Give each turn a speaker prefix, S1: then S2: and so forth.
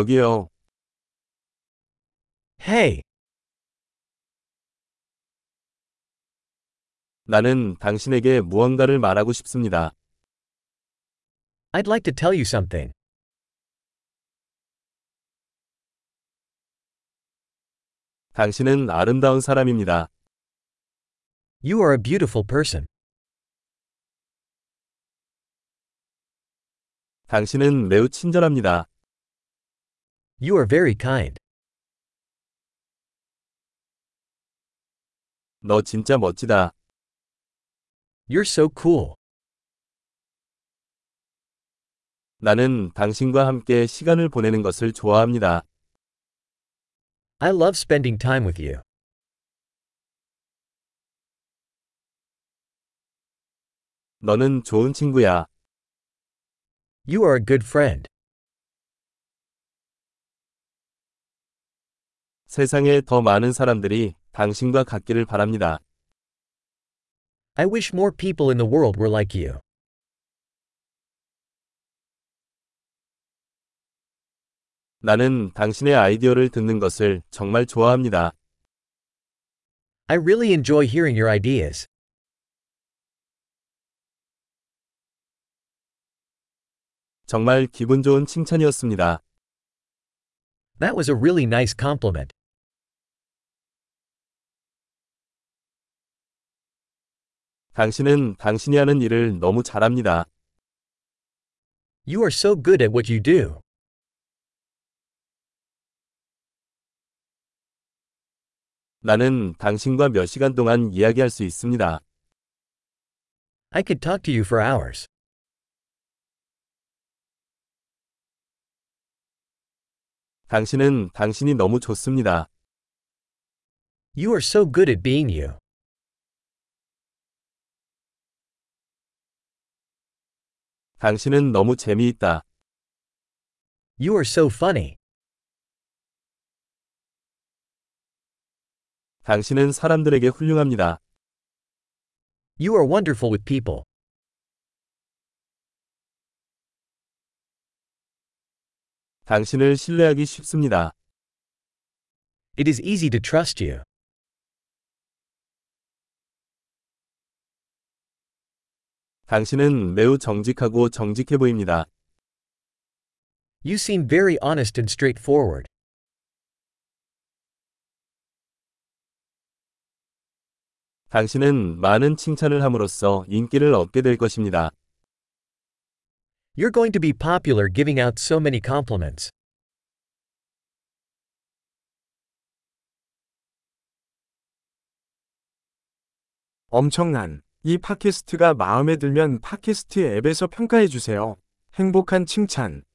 S1: 여기요.
S2: Hey,
S1: 나는 당신에게 무언가를 말하고 싶습니다.
S2: I'd like to tell you something.
S1: 당신은 아름다운 사람입니다.
S2: You are a beautiful person.
S1: 당신은 매우 친절합니다.
S2: You are very kind.
S1: 너 진짜 멋지다.
S2: You're so cool.
S1: 나는 당신과 함께 시간을 보내는 것을 좋아합니다.
S2: I love spending time with you.
S1: 너는 좋은 친구야.
S2: You are a good friend.
S1: 세상에 더 많은 사람들이 당신과 같기를 바랍니다.
S2: I wish more people in the world were like you.
S1: 나는 당신의 아이디어를 듣는 것을 정말 좋아합니다.
S2: I really enjoy hearing your ideas.
S1: 정말 기분 좋은 칭찬이었습니다.
S2: That was a really nice compliment.
S1: 당신은 당신이 하는 일을 너무 잘합니다.
S2: You are so good at what you do.
S1: 나는 당신과 몇 시간 동안 이야기할 수 있습니다.
S2: I could talk to you for hours.
S1: 당신은 당신이 너무 좋습니다.
S2: You are so good at being you.
S1: 당신은 너무 재미있다.
S2: You are so funny.
S1: 당신은 사람들에게 훌륭합니다.
S2: You are wonderful with people.
S1: 당신을 신뢰하기 쉽습니다.
S2: It is easy to trust you.
S1: 당신은 매우 정직하고 정직해 보입니다.
S2: You seem very honest and straightforward.
S1: 당신은 많은 칭찬을 함으로써 인기를 얻게 될 것입니다.
S2: You're going to be popular giving out so many compliments.
S3: 엄청난 이 팟캐스트가 마음에 들면 팟캐스트 앱에서 평가해 주세요. 행복한 칭찬